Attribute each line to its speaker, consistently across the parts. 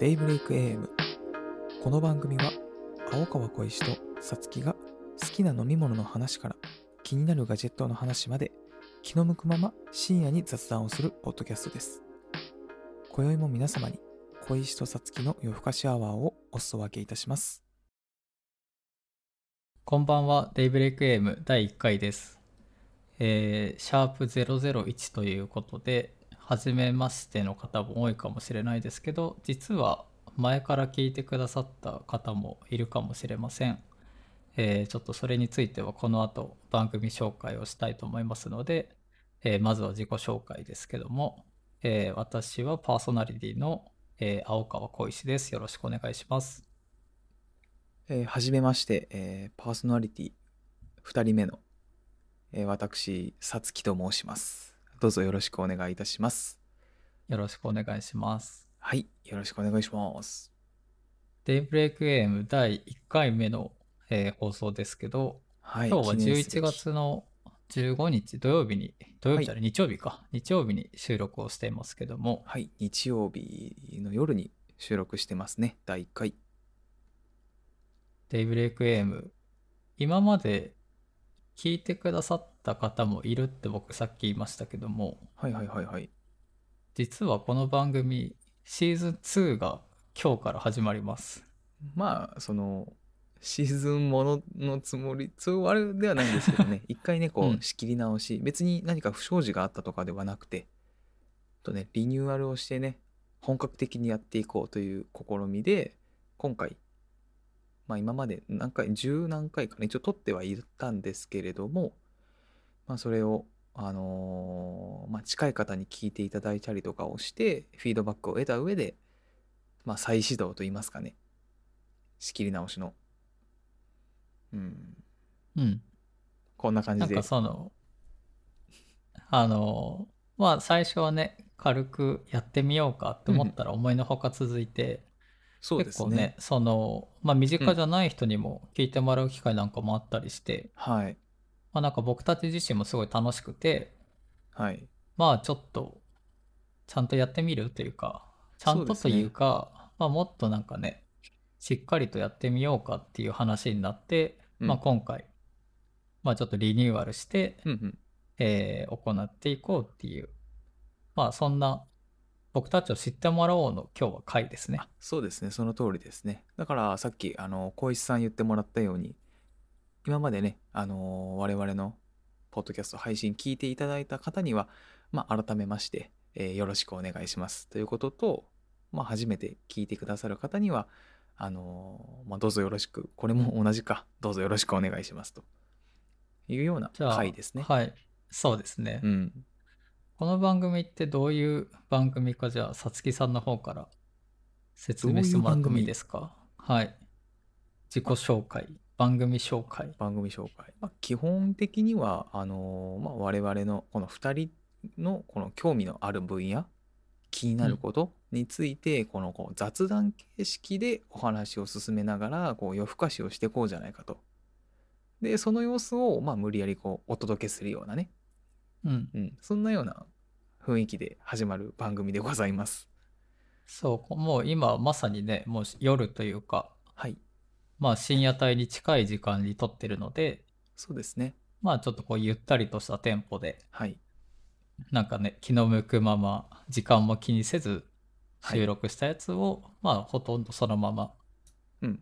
Speaker 1: デイブレイク AM この番組は青川小石とさつきが好きな飲み物の話から気になるガジェットの話まで気の向くまま深夜に雑談をするポッドキャストです今宵も皆様に小石とさつきの夜更かしアワーをお裾分けいたします
Speaker 2: こんばんは、デイブレイクエム第1回です。えーシャープ001ということで、初めましての方も多いかもしれないですけど、実は前から聞いてくださった方もいるかもしれません。えーちょっとそれについてはこの後番組紹介をしたいと思いますので、えーまずは自己紹介ですけども、えー私はパーソナリティの、えー青川小石です。よろしくお願いします。
Speaker 1: えーはじめまして、えーパーソナリティ2人目の、えー私さつきと申しますどうぞよろしくお願いいたします
Speaker 2: よろしくお願いします。
Speaker 1: はいよろしくお願いします
Speaker 2: デイブレイクエーム第1回目の、えー放送ですけど、
Speaker 1: はい
Speaker 2: 今日は
Speaker 1: 記念すべ
Speaker 2: 11
Speaker 1: き
Speaker 2: 月の15日土曜日に、土曜日じゃない、日曜日か、日曜日に収録をしていますけども、
Speaker 1: はい日曜日の夜に収録してますね第1回
Speaker 2: デイブレイクエーム、今まで聞いてくださった方もいるって僕さっき言いましたけども、
Speaker 1: はいはいはいはい
Speaker 2: 実はこの番組、シーズン2が今日から始まります。
Speaker 1: まあそのシーズンもののつもりつあれではないんですけどね 一回ねこ
Speaker 2: うん
Speaker 1: う仕切り直し、別に何か不祥事があったとかではなくてとねリニューアルをしてね本格的にやっていこうという試みで今回まあ今まで何回十何回かね一応撮ってはいったんですけれどもまあそれをあのーまあ近い方に聞いていただいたりとかをしてフィードバックを得た上でまあ再始動と言いますかね仕切り直しのうん
Speaker 2: うん。
Speaker 1: こんな感
Speaker 2: な
Speaker 1: じ
Speaker 2: ん
Speaker 1: で
Speaker 2: かその、あの、まあ最初はね、軽くやってみようかと思ったら思いのほか続いて、
Speaker 1: そうで
Speaker 2: 結
Speaker 1: す
Speaker 2: 構
Speaker 1: ね
Speaker 2: ね、その、まあ身近じゃない人にも聞いてもらう機会なんかもあったりして、
Speaker 1: はい
Speaker 2: まあなんか僕たち自身もすごい楽しくて、
Speaker 1: はい
Speaker 2: まあちょっと、ちゃんとやってみるというか、ちゃんとというか、まあもっとなんかね、しっかりとやってみようかっていう話になって、
Speaker 1: うん
Speaker 2: まあ今回、まあちょっとリニューアルして、
Speaker 1: うんうん
Speaker 2: えー行っていこうっていう、まあそんな僕たちを知ってもらおうの今日は回ですね。
Speaker 1: そうですねその通りですねだからさっきあの小石さん言ってもらったように今までねあの我々のポッドキャスト配信聞いていただいた方には、まあ、改めまして、えーよろしくお願いしますということと、まあ、初めて聞いてくださる方にはあのまあ、どうぞよろしくこれも同じかどうぞよろしくお願いしますというような
Speaker 2: じゃあ、
Speaker 1: 回ですね。
Speaker 2: はい。そうですね。
Speaker 1: うん、
Speaker 2: この番組ってどういう番組か、じゃあ、さつきさんの方から説明してもらってもいいですか。はい。自己紹介、番組紹介。
Speaker 1: 番組紹介、まあ、基本的にはあのーまあ、我々のこの2人のこの興味のある分野気になることについて、このこう雑談形式でお話を進めながらこう夜更かしをしてこうじゃないかと。でその様子を、まあ、無理やりこうお届けするようなね、
Speaker 2: うん。
Speaker 1: うん、そんなような雰囲気で始まる番組でございます。
Speaker 2: そう、こもう今まさにね、もう夜というか、
Speaker 1: はい
Speaker 2: まあ深夜帯に近い時間に撮ってるので、
Speaker 1: そうですね
Speaker 2: まあちょっとこうゆったりとしたテンポで
Speaker 1: はい
Speaker 2: なんかね、気の向くまま、時間も気にせず、
Speaker 1: はい
Speaker 2: 収録したやつを、まあ、ほとんどそのまま
Speaker 1: うん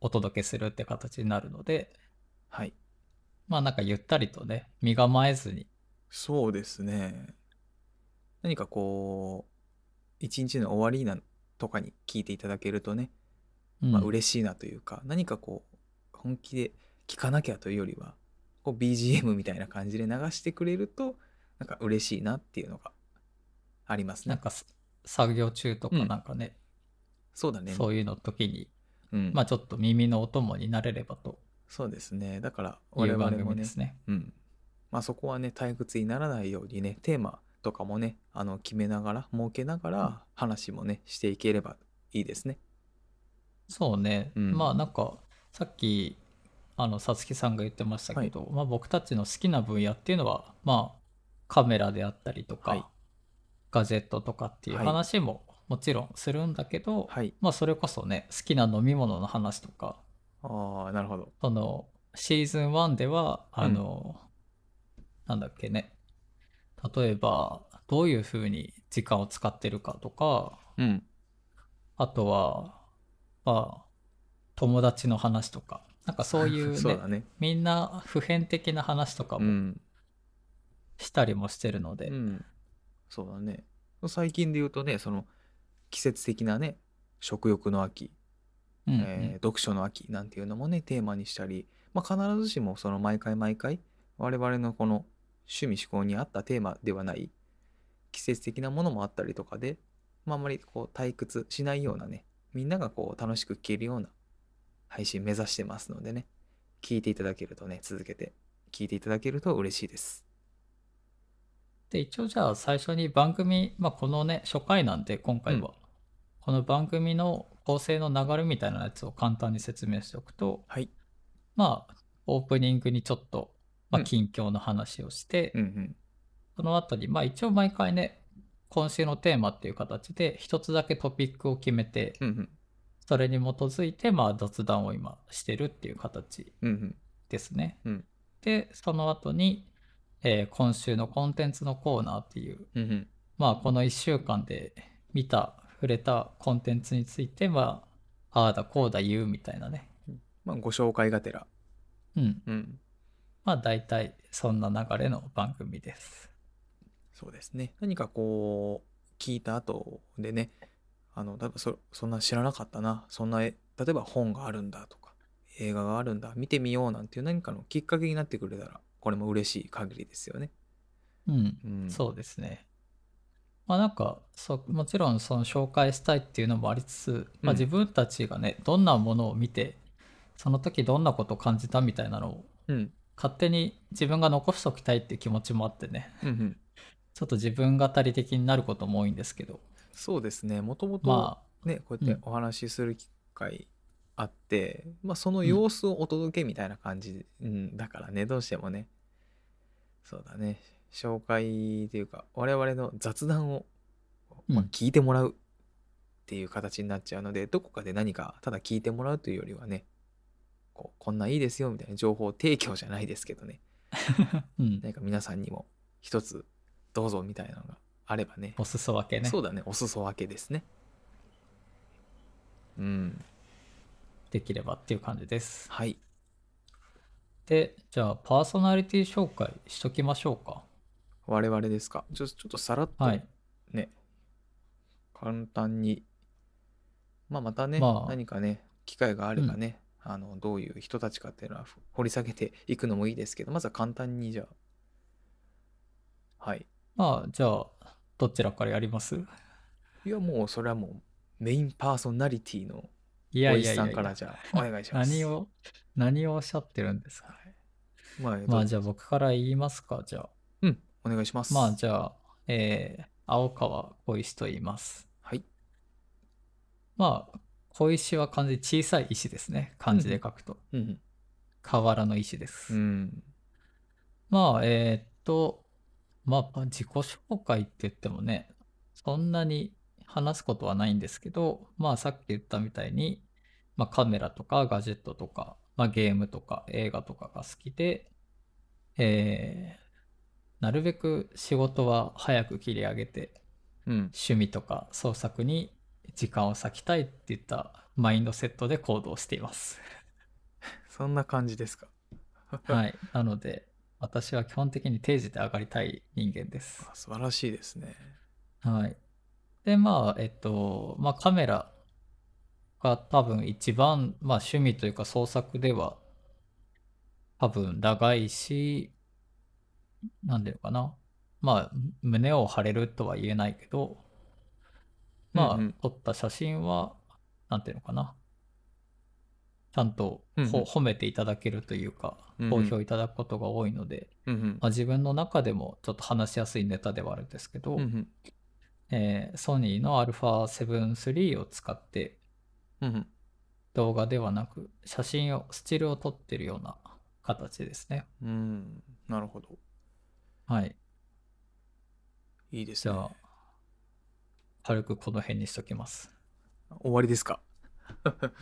Speaker 2: お届けするって形になるので、
Speaker 1: はい
Speaker 2: まあ、なんかゆったりとね、身構えずに、
Speaker 1: そうですね。何かこう、一日の終わりなとかに聞いていただけるとね、
Speaker 2: うん
Speaker 1: まあ嬉しいなというか、何かこう、本気で聞かなきゃというよりは、こう BGM みたいな感じで流してくれると、なんか嬉しいなっていうのがあります
Speaker 2: なん
Speaker 1: ね。
Speaker 2: かさ作業中とか
Speaker 1: うん
Speaker 2: なんかね、
Speaker 1: そうだね。
Speaker 2: そういうの時に、
Speaker 1: うん
Speaker 2: まあ、ちょっと耳のお供になれればと
Speaker 1: そうですね。だから、
Speaker 2: い
Speaker 1: 我
Speaker 2: う
Speaker 1: 々も
Speaker 2: 番組で
Speaker 1: ね、
Speaker 2: すね。
Speaker 1: うん。まあそこはね、退屈にならないようにね、テーマとかもね、あの、決めながら、設けながら、話もね、していければいいですね。
Speaker 2: そうね、
Speaker 1: うん
Speaker 2: まあなんかさっきあのさつきさんが言ってましたけど、まあ、僕たちの好きな分野っていうのはまあカメラであったりとか、
Speaker 1: はい
Speaker 2: ガジェットとかっていう話も、もちろんするんだけど、
Speaker 1: はい。
Speaker 2: まあそれこそね好きな飲み物の話とか
Speaker 1: ああ、なるほど。
Speaker 2: そのシーズン1ではあの、なんだっけね例えばどういうふうに時間を使ってるかとか
Speaker 1: うん。
Speaker 2: あとはまあ友達の話とかなんかそうい う,、
Speaker 1: そう
Speaker 2: ね
Speaker 1: だね。
Speaker 2: みんな普遍的な話とか
Speaker 1: う
Speaker 2: も
Speaker 1: ん。
Speaker 2: したりもしてるので、
Speaker 1: うん。そうだね。最近で言うとね、その季節的なね、食欲の秋、
Speaker 2: うんうん
Speaker 1: えー読書の秋なんていうのもねテーマにしたり、まあ、必ずしもその毎回毎回我々のこの趣味思考に合ったテーマではない季節的なものもあったりとかで、まあ、あんまりこう退屈しないようなねみんながこう楽しく聴けるような配信目指してますのでね聞いていただけるとね続けて聞いていただけると嬉しいです
Speaker 2: で一応じゃあ最初に番組、まあ、このね初回なんで今回は、
Speaker 1: うん
Speaker 2: この番組の構成の流れみたいなやつを簡単に説明しておくと
Speaker 1: はい
Speaker 2: まあオープニングにちょっと、ま
Speaker 1: う
Speaker 2: あ、
Speaker 1: ん
Speaker 2: 近況の話をして、
Speaker 1: うんうん
Speaker 2: その後にまあ一応毎回ね今週のテーマっていう形で一つだけトピックを決めて
Speaker 1: うんうん
Speaker 2: それに基づいてまあ雑談を今してるっていう形
Speaker 1: うんうん
Speaker 2: ですね。
Speaker 1: うん
Speaker 2: でその後に、えー今週のコンテンツのコーナーっていう
Speaker 1: うんうん
Speaker 2: まあこの1週間で見た触れたコンテンツについてまあああだこうだ言うみたいなね
Speaker 1: まあご紹介がてら
Speaker 2: うん
Speaker 1: うん
Speaker 2: まあ大体そんな流れの番組です
Speaker 1: そうですね。何かこう、聞いた後でね、あの、例えばそ、そんな知らなかったな、そんな、え例えば本があるんだとか、映画があるんだ、見てみようなんていう何かのきっかけになってくれたら、これも嬉しい限りですよね。
Speaker 2: うん、
Speaker 1: うん。
Speaker 2: そうですねまあなんかそうもちろんその紹介したいっていうのもありつつ、まあ、
Speaker 1: うん
Speaker 2: 自分たちがねどんなものを見てその時どんなことを感じたみたいなのを
Speaker 1: う。うん。
Speaker 2: 勝手に自分が残しておきたいっていう気持ちもあってね
Speaker 1: うんうん。
Speaker 2: ちょっと自分語り的になることも多いんですけど
Speaker 1: そうですね。もともと、
Speaker 2: まあ
Speaker 1: ね、こうやっ
Speaker 2: うん
Speaker 1: てお話しする機会あって、まあ、その様子をお届けみたいな感じ、うん、だからね、どうしてもね。そうだね。紹介というか、我々の雑談をまあ
Speaker 2: うん
Speaker 1: 聞いてもらうっていう形になっちゃうので、どこかで何かただ聞いてもらうというよりはねこうこんなんいいですよみたいな情報提供じゃないですけどね
Speaker 2: うん
Speaker 1: 何か皆さんにも一つどうぞみたいなのがあればね
Speaker 2: お裾分けね
Speaker 1: そうだねお裾分けですねうん
Speaker 2: できればっていう感じです。
Speaker 1: はい
Speaker 2: で、じゃあパーソナリティ紹介しときましょうか。
Speaker 1: 我々ですかちょちょっとさらっと
Speaker 2: はい。
Speaker 1: ね、簡単にまあまたね、
Speaker 2: まあ
Speaker 1: 何かね機会があればね、あのどういう人たちかっていうのは掘り下げていくのもいいですけどまずは簡単にじゃあはい
Speaker 2: まあ、じゃあ、どちらからやります
Speaker 1: いやもうそれはもうメインパーソナリティの
Speaker 2: い
Speaker 1: お
Speaker 2: やい
Speaker 1: じ
Speaker 2: やい
Speaker 1: さ
Speaker 2: や
Speaker 1: ん
Speaker 2: い
Speaker 1: から
Speaker 2: や
Speaker 1: じゃあお願いします
Speaker 2: 何を、何をおっしゃってるんですか。
Speaker 1: まあ、えっと
Speaker 2: まあ、じゃあ僕から言いますか、じゃあ。
Speaker 1: うんお願いします
Speaker 2: まあ、じゃあ、えー、青川小石と言います。
Speaker 1: はい
Speaker 2: まあ、小石は完全に小さい石ですね。漢字で書くと。
Speaker 1: うん
Speaker 2: 河原の石です。
Speaker 1: うんうん
Speaker 2: まあ、えーっと、まあ、自己紹介って言ってもね、そんなに話すことはないんですけど、まあ、さっき言ったみたいに、まあ、カメラとかガジェットとか、まあ、ゲームとか映画とかが好きで、えーなるべく仕事は早く切り上げて、
Speaker 1: うん
Speaker 2: 趣味とか創作に時間を割きたいっていったマインドセットで行動しています。
Speaker 1: そんな感じですか
Speaker 2: はい。なので、私は基本的に定時で上がりたい人間です。
Speaker 1: あ素晴らしいですね
Speaker 2: はい。で、まあ、えっと、まあ、カメラが多分一番、まあ、趣味というか創作では多分長いし、なんていうのかな。まあ、胸を張れるとは言えないけど、まあ、
Speaker 1: うんうん
Speaker 2: 撮った写真は、なんていうのかな。ちゃんとほ、
Speaker 1: うんうん
Speaker 2: 褒めていただけるというか、
Speaker 1: うんうん
Speaker 2: 好評いただくことが多いので、
Speaker 1: うんうん
Speaker 2: まあ、自分の中でもちょっと話しやすいネタではあるんですけど、
Speaker 1: うんうん
Speaker 2: えーソニーの α7-3 を使って
Speaker 1: うんうん
Speaker 2: 動画ではなく写真をスチールを撮ってるような形ですね
Speaker 1: うんなるほど
Speaker 2: はい
Speaker 1: いいです
Speaker 2: じ
Speaker 1: ね
Speaker 2: ゃあ軽くこの辺にしときます。
Speaker 1: 終わりですか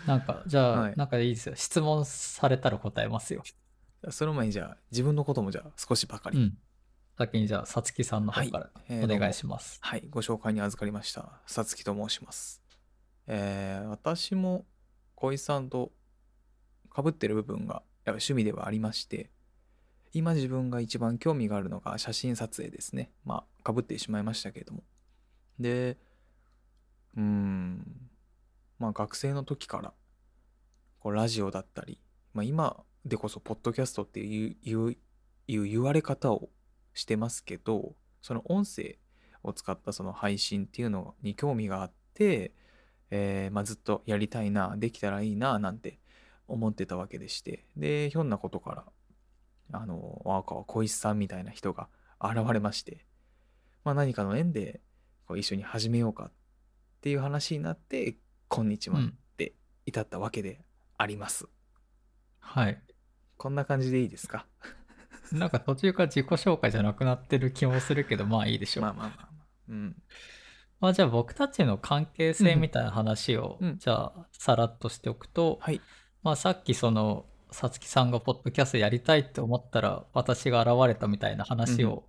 Speaker 2: なんか、じゃあ、
Speaker 1: はい
Speaker 2: なんかいいですよ。質問されたら答えますよ。
Speaker 1: その前にじゃあ自分のこともじゃあ少しばかり、
Speaker 2: うん。先にじゃあ、さつきさんの方から
Speaker 1: えー
Speaker 2: お
Speaker 1: どうも
Speaker 2: 願いします。
Speaker 1: はい、ご紹介に預かりました。さつきと申します。えー私も小井さんと被ってる部分がやっぱ趣味ではありまして、今自分が一番興味があるのが写真撮影ですね。まあ、被ってしまいましたけれども。で、うーん、まあ学生の時から、こうラジオだったり、まあ今でこそポッドキャストっていう、いう、いう言われ方をしてますけど、その音声、を使ったその配信っていうのに興味があって、えーまあ、ずっとやりたいなできたらいいななんて思ってたわけでしてでひょんなことからあの若川小石さんみたいな人が現れまして、まあ、何かの縁でこう一緒に始めようかっていう話になって「こんにちは」
Speaker 2: う
Speaker 1: っ
Speaker 2: ん。
Speaker 1: て至ったわけであります、
Speaker 2: はい。
Speaker 1: こんな感じでいいですか
Speaker 2: なんか途中から自己紹介じゃなくなってる気もするけど、まあいいでしょう。
Speaker 1: ま
Speaker 2: ま
Speaker 1: あま
Speaker 2: あ、
Speaker 1: あまあまあうん
Speaker 2: じゃあ僕たちの関係性みたいな話を、
Speaker 1: うん
Speaker 2: じゃあ、さらっとしておくと、
Speaker 1: はい
Speaker 2: まあさっきその、さつきさんがポッドキャストやりたいって思ったら、私が現れたみたいな話
Speaker 1: うんう
Speaker 2: を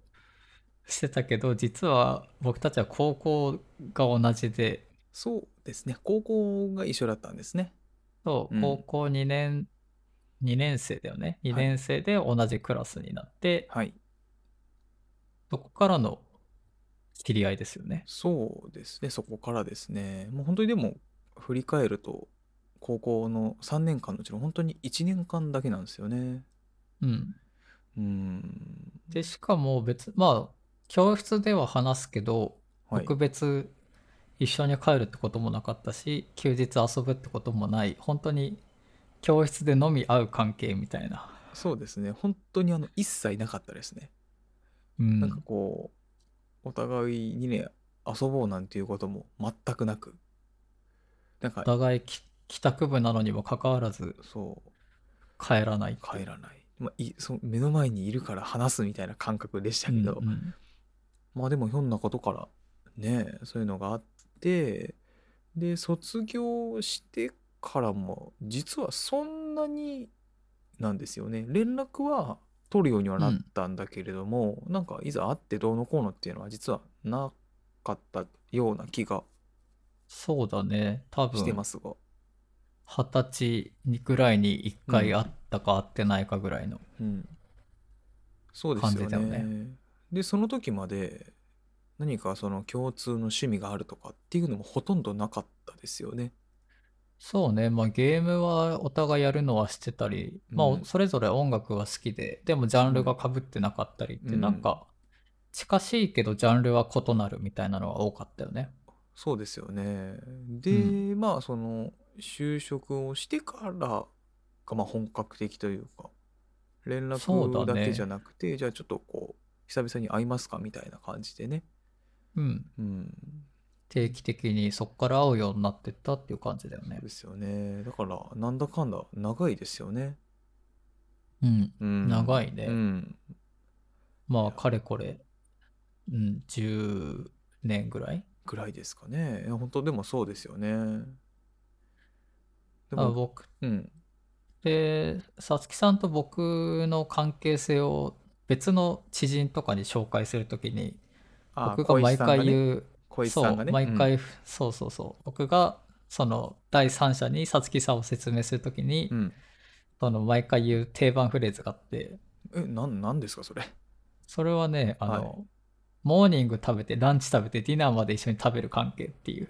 Speaker 2: してたけど、実は僕たちは高校が同じで、
Speaker 1: そうですね高校が一緒だったんですね
Speaker 2: そうう、
Speaker 1: ん
Speaker 2: 高校2年、2年生だよね。2年生で同じクラスになって、
Speaker 1: はい
Speaker 2: そこからの知り合いですよね。
Speaker 1: そうですね、そこからですね。もう本当にでも、振り返ると、高校の3年間のうちの本当に1年間だけなんですよね。
Speaker 2: うん。
Speaker 1: うーん。
Speaker 2: で、しかも別、まあ、教室では話すけど、
Speaker 1: はい。
Speaker 2: 特別一緒に帰るってこともなかったし、休日遊ぶってこともない、本当に教室でのみ会う関係みたいな。
Speaker 1: そうですね、本当にあの、一切なかったですね。
Speaker 2: うん。
Speaker 1: なんかこう、お互いにね、遊ぼうなんていうことも全くなく。なんか
Speaker 2: お、互いき帰宅部なのにもかかわらず
Speaker 1: そう、
Speaker 2: 帰らないってい
Speaker 1: 帰
Speaker 2: う
Speaker 1: らない。まあ、いその目の前にいるから話すみたいな感覚でしたけど、
Speaker 2: うんうん
Speaker 1: まあでもひょんなことからねそういうのがあってで卒業してからも実はそんなになんですよね連絡は取るようにはなったんだけれども、なんかいざ会ってどうのこうのっていうのは実はなかったような気が
Speaker 2: そうだね。多分、
Speaker 1: してま
Speaker 2: 二
Speaker 1: すが、
Speaker 2: 十歳ぐらいに1回会ったか会ってないかぐらいの。
Speaker 1: うん、そうですよ
Speaker 2: 感じだよ
Speaker 1: ねでその時まで何かその共通の趣味があるとかっていうのもほとんどなかったですよね
Speaker 2: そうね。まあゲームはお互いやるのはしてたり、まあ
Speaker 1: うん
Speaker 2: それぞれ音楽は好きで、でもジャンルが被ってなかったりって、
Speaker 1: うん
Speaker 2: なんか近しいけどジャンルは異なるみたいなのは多かったよね。
Speaker 1: そうですよね。で、
Speaker 2: う
Speaker 1: まあその就職をしてからがまあ本格的というか連
Speaker 2: そう
Speaker 1: 絡
Speaker 2: だ
Speaker 1: だ
Speaker 2: ね
Speaker 1: けじゃなくて、じゃあちょっとこう久々に会いますかみたいな感じでね。
Speaker 2: うん。
Speaker 1: うん、
Speaker 2: 定期的にそこから会うようになってったっていう感じだよね
Speaker 1: そうで。すよね。だからなんだかんだ長いですよね。
Speaker 2: うん。
Speaker 1: うん、
Speaker 2: 長いね
Speaker 1: うん、
Speaker 2: まあかれこれ、うん、10年ぐらい
Speaker 1: ぐらいですかね。いや本当でもそうですよね。で
Speaker 2: あ
Speaker 1: も、
Speaker 2: 僕
Speaker 1: うん、
Speaker 2: で、さつきさんと僕の関係性を別の知人とかに紹介するときに、
Speaker 1: あ
Speaker 2: 僕が毎回
Speaker 1: う、
Speaker 2: 言う、
Speaker 1: 小石
Speaker 2: そ
Speaker 1: さ
Speaker 2: うん
Speaker 1: がね、
Speaker 2: 毎
Speaker 1: うん
Speaker 2: 回、そうそうそう、僕がその第三者にさつきさんを説明するときに、
Speaker 1: うん、
Speaker 2: その毎回言う定番フレーズがあって、
Speaker 1: え、なん、なんですかそれ。
Speaker 2: それはね、あの、
Speaker 1: はい
Speaker 2: モーニング食べて、ランチ食べて、ディナーまで一緒に食べる関係っていう。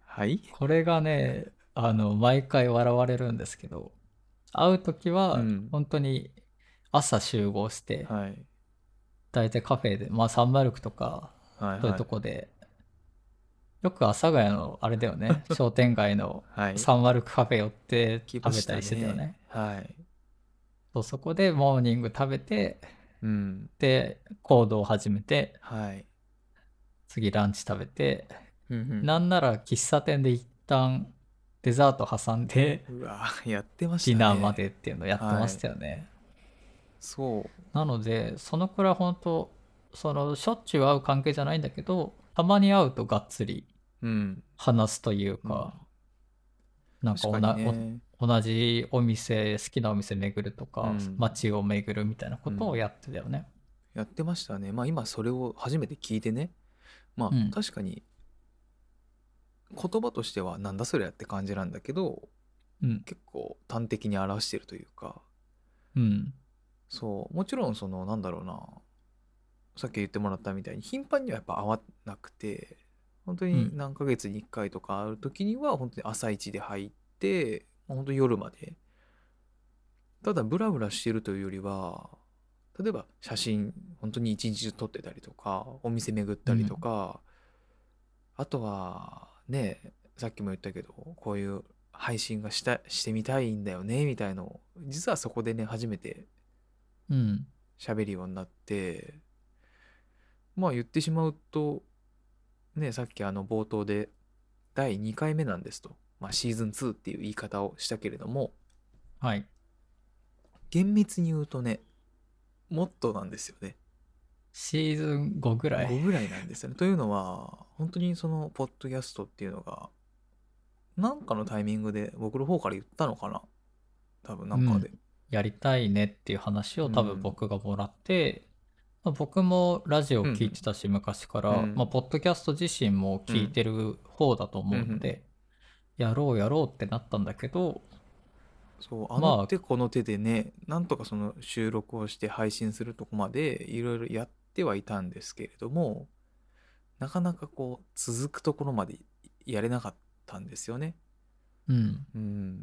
Speaker 1: はい。
Speaker 2: これがね、あの、毎回笑われるんですけど、会うときは
Speaker 1: うん、
Speaker 2: 本当に朝集合して、
Speaker 1: はい。
Speaker 2: 大体カフェで、まあサンマルクとか、
Speaker 1: はい、はい。
Speaker 2: そういうとこで、よく阿佐ヶ谷の、あれだよ ね、商店街の
Speaker 1: はい。
Speaker 2: サンマルクカフェ寄って
Speaker 1: 来ま
Speaker 2: 食べたりしてたよね。
Speaker 1: はい。
Speaker 2: そうそこでモーニング食べて、
Speaker 1: うん。
Speaker 2: で、行動を始めて、
Speaker 1: はい。
Speaker 2: 次ランチ食べて、
Speaker 1: な
Speaker 2: なんなら喫茶店で一旦デザート挟 んで、
Speaker 1: うわ、やってました
Speaker 2: ディ
Speaker 1: ね。
Speaker 2: ナーま。でっていうのやってましたよね。
Speaker 1: そう。
Speaker 2: なので、そのくらい本当そのしょっちゅう会う関係じゃないんだけどたまに会うとがっつり
Speaker 1: うん。
Speaker 2: 話すというか、なんかおな
Speaker 1: 確かにね
Speaker 2: お同じお店好きなお店巡るとか、
Speaker 1: うん
Speaker 2: 街を巡るみたいなことをやってたよね。
Speaker 1: やってましたね。まあ今それを初めて聞いてね。まあ
Speaker 2: うん
Speaker 1: 確かに言葉としてはなんだそりゃって感じなんだけど
Speaker 2: うん、
Speaker 1: 結構端的に表してるというか
Speaker 2: うん、
Speaker 1: そうもちろんそのなんだろうなさっき言ってもらったみたいに頻繁にはやっぱ会わなくて本当に
Speaker 2: うん
Speaker 1: 何ヶ月に1回とかある時には本当に朝一で入って本当に夜までただブラブラしてるというよりは例えば写真本当に一日中撮ってたりとかお店巡ったりとか、あとはねさっきも言ったけどこういう配信がしたしてみたいんだよねみたいのを実はそこでね初めて
Speaker 2: うん、
Speaker 1: 喋るようになってまあ言ってしまうとねさっきあの冒頭で第2回目なんですと、まあ、シーズン2っていう言い方をしたけれども
Speaker 2: はい。
Speaker 1: 厳密に言うとねもっとなんですよね
Speaker 2: シーズン5ぐらい。
Speaker 1: 5ぐらいなんですよね。というのは本当にそのポッドキャストっていうのがなんかのタイミングで僕の方から言ったのかな多分なんかで。
Speaker 2: やりたいねっていう話を多
Speaker 1: うん
Speaker 2: 分僕がもらって、まあ僕もラジオ聞いてたし、昔から、
Speaker 1: うん
Speaker 2: まあ、ポッドキャスト自身も聞いてる方だと思うので、やろうやろうってなったんだけど、
Speaker 1: そうあ
Speaker 2: まあ
Speaker 1: の手この手でね、なんとかその収録をして配信するとこまでいろいろやってはいたんですけれどもなかなかこう続くところまでやれなかったんですよね
Speaker 2: うん、
Speaker 1: うん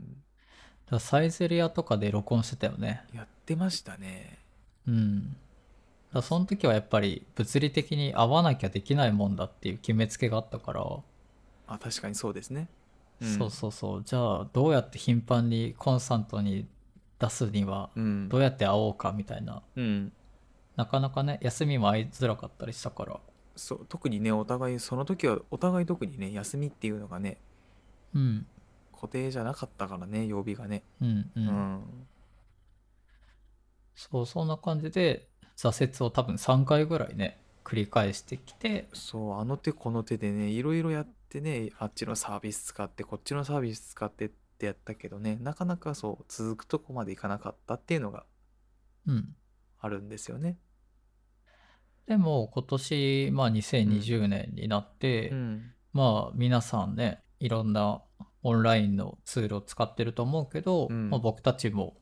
Speaker 2: だからサイゼリアとかで録音してたよね。
Speaker 1: やってましたね
Speaker 2: うん。だからその時はやっぱり物理的に会わなきゃできないもんだっていう決めつけがあったから、
Speaker 1: あ確かにそうですね、ん
Speaker 2: そうそうそう。じゃあどうやって頻繁にコンスタントに出すには
Speaker 1: うん
Speaker 2: どうやって会おうかみたいな、
Speaker 1: うん
Speaker 2: なかなかね、休みも会いづらかったりしたから。
Speaker 1: そう特にねお互いその時はお互い特にね休みっていうのがね
Speaker 2: うん。
Speaker 1: 固定じゃなかったからね曜日がね
Speaker 2: うんうん。
Speaker 1: うん、
Speaker 2: そう、そんな感じで挫折を多分3回ぐらいね、繰り返してきて、
Speaker 1: そうあの手この手でねいろいろやってねあっちのサービス使ってこっちのサービス使ってってやったけどねなかなかそう続くとこまでいかなかったっていうのが
Speaker 2: うん。
Speaker 1: あるんですよね。
Speaker 2: でも今年、まあ2020年になって、
Speaker 1: うん、
Speaker 2: まあ皆さんねいろんなオンラインのツールを使ってると思うけど、
Speaker 1: うん
Speaker 2: まあ、僕たちも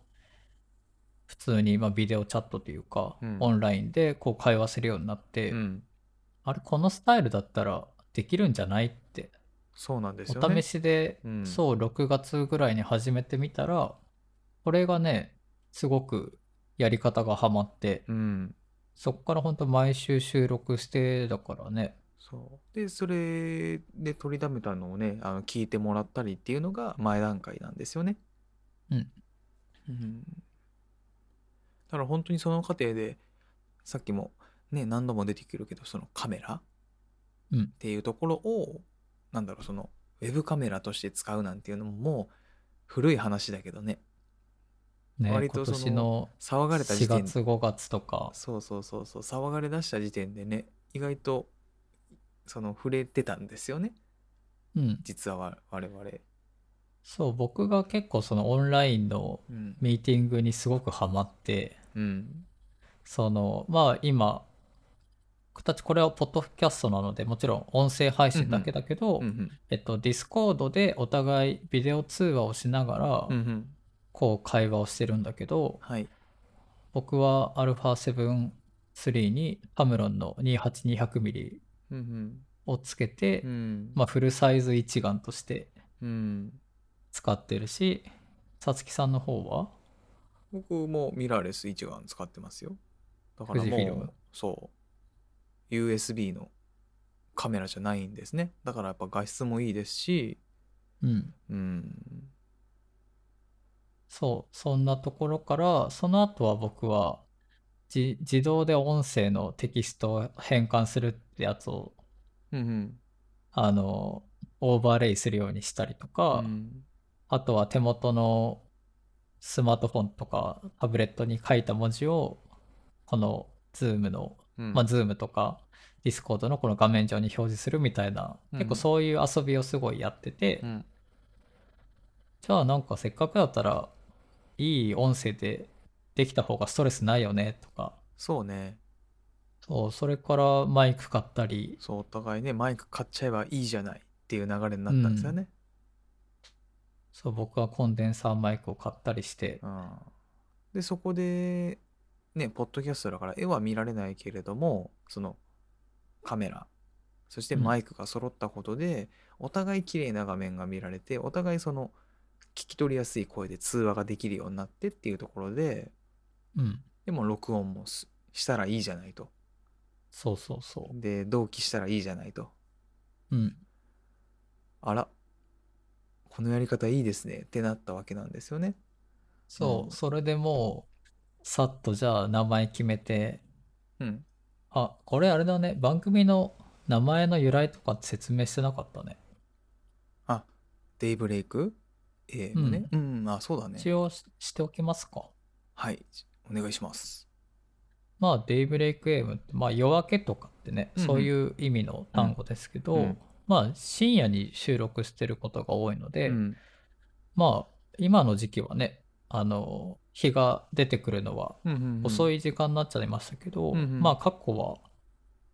Speaker 2: 普通にまあビデオチャットというか、
Speaker 1: うん
Speaker 2: オンラインでこう会話するようになって、
Speaker 1: うん、
Speaker 2: あれこのスタイルだったらできるんじゃないって、
Speaker 1: そうなんですよね。
Speaker 2: お試しで、
Speaker 1: うん
Speaker 2: そう6月ぐらいに始めてみたらこれがねすごくやり方がハマって、
Speaker 1: うん、
Speaker 2: そこから本当毎週収録してだからね
Speaker 1: そうでそれで取りだめたのをねあの聞いてもらったりっていうのが前段階なんですよね。
Speaker 2: うん
Speaker 1: うんだから本当にその過程でさっきもね何度も出てくるけどそのカメラ
Speaker 2: うん
Speaker 1: っていうところを、なんだろうそのウェブカメラとして使うなんていうのももう古い話だけどね
Speaker 2: ね
Speaker 1: 割
Speaker 2: 今
Speaker 1: とその
Speaker 2: 年の
Speaker 1: 騒がれた時
Speaker 2: 4
Speaker 1: 点
Speaker 2: 月5月とか
Speaker 1: そうそうそうそう騒がれだした時点でね意外とその触れてたんですよね
Speaker 2: うん
Speaker 1: 実はわ我々。
Speaker 2: そう僕が結構そのオンラインの
Speaker 1: うん
Speaker 2: ミーティングにすごくハマって
Speaker 1: うん
Speaker 2: そのまあ今僕たちこれはポッドキャストなのでもちろん音声配信だけだけ
Speaker 1: う
Speaker 2: ど、
Speaker 1: んうん
Speaker 2: えっと、ディスコードでお互いビデオ通話をしながら
Speaker 1: うんうん
Speaker 2: こう会話をしてるんだけど、
Speaker 1: はい
Speaker 2: 僕は α7-3 にカムロンの 28200mm
Speaker 1: うん
Speaker 2: をつけて、
Speaker 1: うんうん
Speaker 2: まあ、フルサイズ一眼として
Speaker 1: うん
Speaker 2: 使ってるしさつきさんの方は
Speaker 1: 僕もミラーレス一眼使ってますよだから
Speaker 2: 富士フィル
Speaker 1: も
Speaker 2: ム
Speaker 1: うそう USB のカメラじゃないんですねだからやっぱ画質もいいですし
Speaker 2: うん
Speaker 1: うん
Speaker 2: そう、そんなところから、その後は僕はじ自動で音声のテキストを変換するってやつを、
Speaker 1: うんうん
Speaker 2: あの、オーバーレイするようにしたりとか、
Speaker 1: うん
Speaker 2: あとは手元のスマートフォンとかタブレットに書いた文字を、この Zoom の
Speaker 1: うん
Speaker 2: まあ、Zoom とか Discord のこの画面上に表示するみたいな、
Speaker 1: うん
Speaker 2: 結構そういう遊びをすごいやってて、
Speaker 1: うん
Speaker 2: じゃあなんかせっかくだったらいい音声でできた方がストレスないよねとか
Speaker 1: そうね
Speaker 2: そうそれからマイク買ったり
Speaker 1: そうお互いねマイク買っちゃえばいいじゃないっていう流れになったんですよね、
Speaker 2: そう僕はコンデンサーマイクを買ったりして
Speaker 1: うんでそこでねポッドキャストだから絵は見られないけれどもそのカメラそして
Speaker 2: うん
Speaker 1: マイクが揃ったことで、お互い綺麗な画面が見られてお互いその聞き取りやすい声で通話ができるようになってっていうところで
Speaker 2: うん
Speaker 1: でも録音もすしたらいいじゃないと
Speaker 2: そうそうそ
Speaker 1: で同期したらいいじゃないと
Speaker 2: ううん
Speaker 1: あらこのやり方いいですねってなったわけなんですよね。
Speaker 2: そう、
Speaker 1: うん
Speaker 2: それでもうさっとじゃあ名前決めて
Speaker 1: うん、
Speaker 2: あこれあれだね番組の名前の由来とか説明してなかったね
Speaker 1: あデイブレイク A のね、うんあそうだね
Speaker 2: 一応ししておきますか
Speaker 1: はい、お願いします。
Speaker 2: まあデイブレイクエイムって、まあ、夜明けとかってね、
Speaker 1: うんうん
Speaker 2: そういう意味の単語ですけど、
Speaker 1: うんうん
Speaker 2: まあ深夜に収録してることが多いので、
Speaker 1: うん、
Speaker 2: まあ今の時期はねあの日が出てくるのは遅
Speaker 1: い。
Speaker 2: い時間になっちゃいましたけど、
Speaker 1: うんうん
Speaker 2: まあ過去は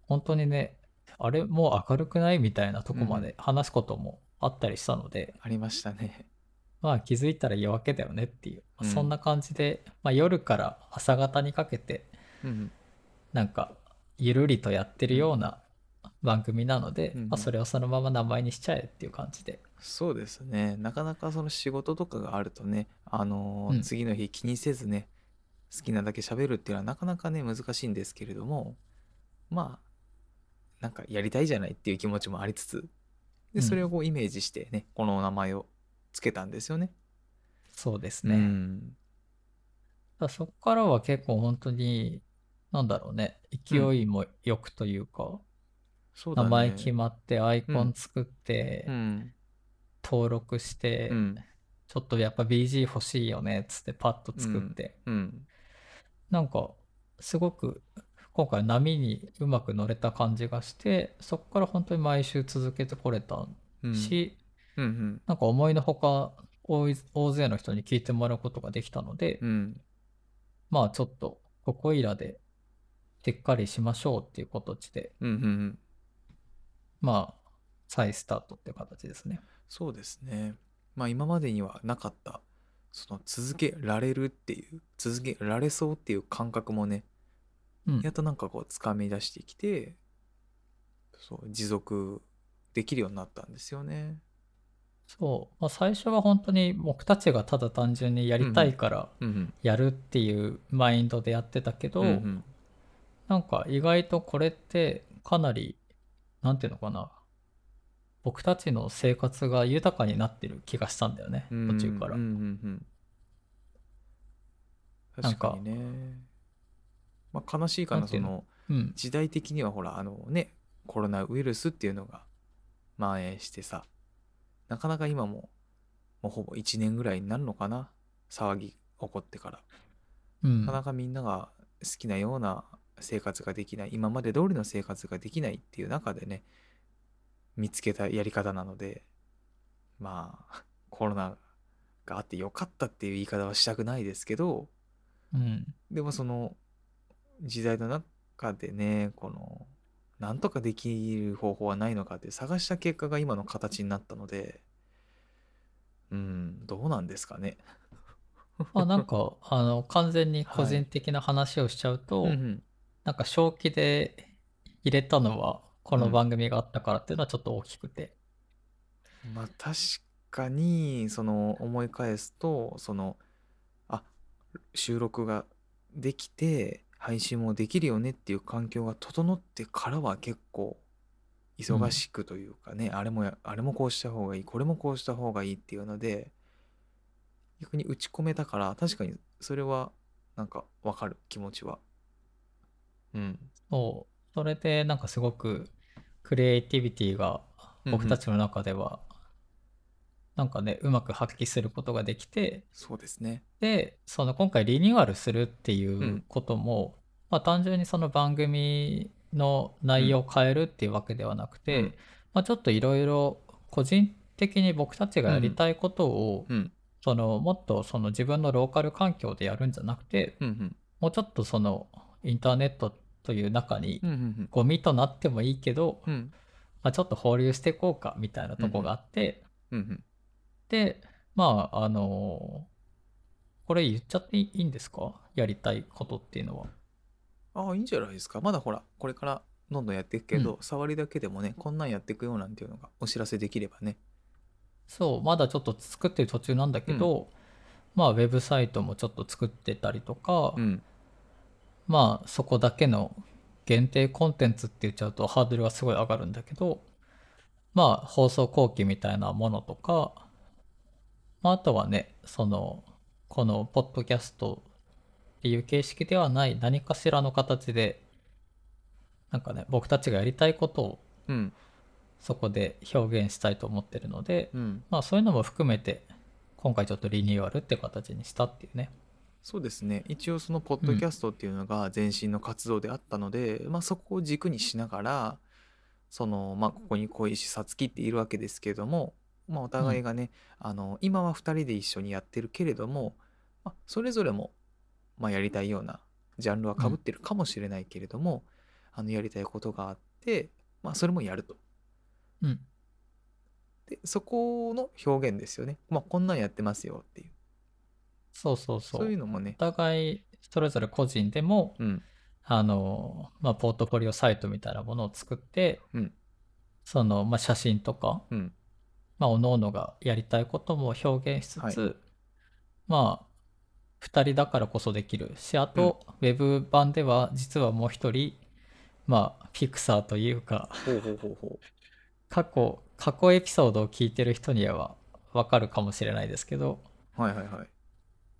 Speaker 2: 本当にねあれもう明るくないみたいなとこまで話すこともあったりしたので、
Speaker 1: ありましたね。
Speaker 2: まあ気づいたら夜明けだよねっていう、まあ
Speaker 1: うん
Speaker 2: そんな感じで、まあ、夜から朝方にかけて
Speaker 1: うん、
Speaker 2: なんかゆるりとやってるような番組なので、
Speaker 1: うんうん
Speaker 2: まあ、それをそのまま名前にしちゃえっていう感じで
Speaker 1: そうですね。なかなかその仕事とかがあるとね、あのー
Speaker 2: うん
Speaker 1: 次の日気にせずね、好きなだけ喋るっていうのはなかなかね難しいんですけれども、まあなんかやりたいじゃないっていう気持ちもありつつ、
Speaker 2: う
Speaker 1: で
Speaker 2: ん
Speaker 1: それをこうイメージしてね、このお名前をつけたんですよね。
Speaker 2: そうですね、
Speaker 1: う
Speaker 2: だ
Speaker 1: ん、
Speaker 2: からそこからは結構本当になんだろうね勢いもよくというか、
Speaker 1: そうだ
Speaker 2: 名
Speaker 1: ね。
Speaker 2: 前決まってアイコン作って、
Speaker 1: うん、
Speaker 2: 登録して、
Speaker 1: うん、
Speaker 2: ちょっとやっぱ BG 欲しいよねっつってパッと作って、
Speaker 1: うん、
Speaker 2: なんかすごく今回波にうまく乗れた感じがしてそこから本当に毎週続けてこれた
Speaker 1: うん、
Speaker 2: し、
Speaker 1: うん、うん、
Speaker 2: なんか思いのほか大い大勢の人に聞いてもらうことができたので、
Speaker 1: うん、
Speaker 2: まあちょっとここいらでしっかりしましょうっていう形で
Speaker 1: うん、うん。
Speaker 2: まあ再スタートって形ですね。
Speaker 1: そうですね。まあ今までにはなかった、その続けられるっていう、続けられそうっていう感覚もね、
Speaker 2: うん
Speaker 1: やっとなんかこうつかみ出してきて、そう、持続できるようになったんですよね。
Speaker 2: そう、まあ、最初は本当に僕たちがただ単純にやりたいから
Speaker 1: うん
Speaker 2: やるっていうマインドでやってたけど、
Speaker 1: うん。うん
Speaker 2: なんか意外とこれってかなりなんていうのかな僕たちの生活が豊かになってる気がしたんだよね
Speaker 1: うん、
Speaker 2: 途中から。
Speaker 1: うんうんうん、
Speaker 2: なん
Speaker 1: 確
Speaker 2: か
Speaker 1: かにね。まあ悲しいかな、
Speaker 2: なん
Speaker 1: そ
Speaker 2: ていうの
Speaker 1: の、
Speaker 2: うん
Speaker 1: 時代的にはほらあのねコロナウイルスっていうのが蔓延してさなかなか今ももうほぼ1年ぐらいになるのかな騒ぎ起こってから、
Speaker 2: うん
Speaker 1: なかなかみんなが好きなような生活ができない今まで通りの生活ができないっていう中でね見つけたやり方なのでまあコロナがあってよかったっていう言い方はしたくないですけど
Speaker 2: うん
Speaker 1: でもその時代の中でねこのなんとかできる方法はないのかって探した結果が今の形になったのでうんどうなんですかね。
Speaker 2: まあなんかあの完全に個
Speaker 1: は
Speaker 2: 人
Speaker 1: い
Speaker 2: 的な話をしちゃうと、
Speaker 1: うんうん
Speaker 2: なんか正気で入れたのはこの
Speaker 1: うん
Speaker 2: 番組があったからっていうのはちょっと大きくて。
Speaker 1: まあ確かにその思い返すとそのあ収録ができて配信もできるよねっていう環境が整ってからは結構忙しくというかね、あれもやあれもこうした方がいいこれもこうした方がいいっていうので逆に打ち込めたから確かにそれはなんかわかる気持ちはうん
Speaker 2: そうそれでなんかすごくクリエイティビティが
Speaker 1: うんうん
Speaker 2: 僕たちの中ではなんかねうまく発揮することができて
Speaker 1: そうですね
Speaker 2: でその今回リニューアルするっていううんこともまあ、単純にその番組の内容を変えるっていうわけではなくて、
Speaker 1: うん
Speaker 2: まあ、ちょっといろいろ個人的に僕たちがやりたいことを、
Speaker 1: うん
Speaker 2: そのもっとその自分のローカル環境でやるんじゃなくて
Speaker 1: うんうん
Speaker 2: もうちょっとそのインターネットという中に
Speaker 1: うんうん
Speaker 2: ゴミとなってもいいけど、
Speaker 1: うんうん
Speaker 2: まあ、ちょっと放流していこうかみたいなとこがあって、
Speaker 1: うん
Speaker 2: でまああのこれ言っちゃっていいんですかやりたいことっていうのは。
Speaker 1: ああいいんじゃないですかまだほらこれからどんどんやっていくけど、触りだけでもねこんなんやっていくよなんていうのがお知らせできればね
Speaker 2: そうまだちょっと作ってる途中なんだけど、まあウェブサイトもちょっと作ってたりとか、
Speaker 1: うん
Speaker 2: まあそこだけの限定コンテンツって言っちゃうとハードルがすごい上がるんだけどまあ放送後期みたいなものとか、まあ、あとはねそのこのポッドキャストっていう形式ではない何かしらの形でなんかね僕たちがやりたいことを
Speaker 1: うん
Speaker 2: そこで表現したいと思ってるので、
Speaker 1: うん
Speaker 2: まあそういうのも含めて今回ちょっとリニューアルって形にしたっていうね。
Speaker 1: そうですね一応そのポッドキャストっていうのが前身の活動であったので、まあ、そこを軸にしながらその、まあ、ここに小石さつきっているわけですけども、まあ、お互いがね、あの今は2人で一緒にやってるけれども、まあ、それぞれも、まあ、やりたいようなジャンルはかぶってるかもしれないけれども、あのやりたいことがあって、まあ、それもやると。
Speaker 2: うん。
Speaker 1: でそこの表現ですよね、まあ、こんなんやってますよっていう
Speaker 2: そうそうそ。
Speaker 1: そうういうのもね
Speaker 2: お、互いそれぞれ個人でも、
Speaker 1: うん、
Speaker 2: あの、まあ、ポートフォリオサイトみたいなものを作って、
Speaker 1: うん
Speaker 2: その、まあ、写真とか、
Speaker 1: うん、
Speaker 2: まあ、おののがやりたいことも表現しつつ、
Speaker 1: は
Speaker 2: まあ、2人だからこそできるし、あと、ウェブ版では実はもう1人、まあ、フィクサーというか、
Speaker 1: ほうほうほうほう。
Speaker 2: 過去過去エピソードを聞いてる人には分かるかもしれないですけど
Speaker 1: はいはいはい。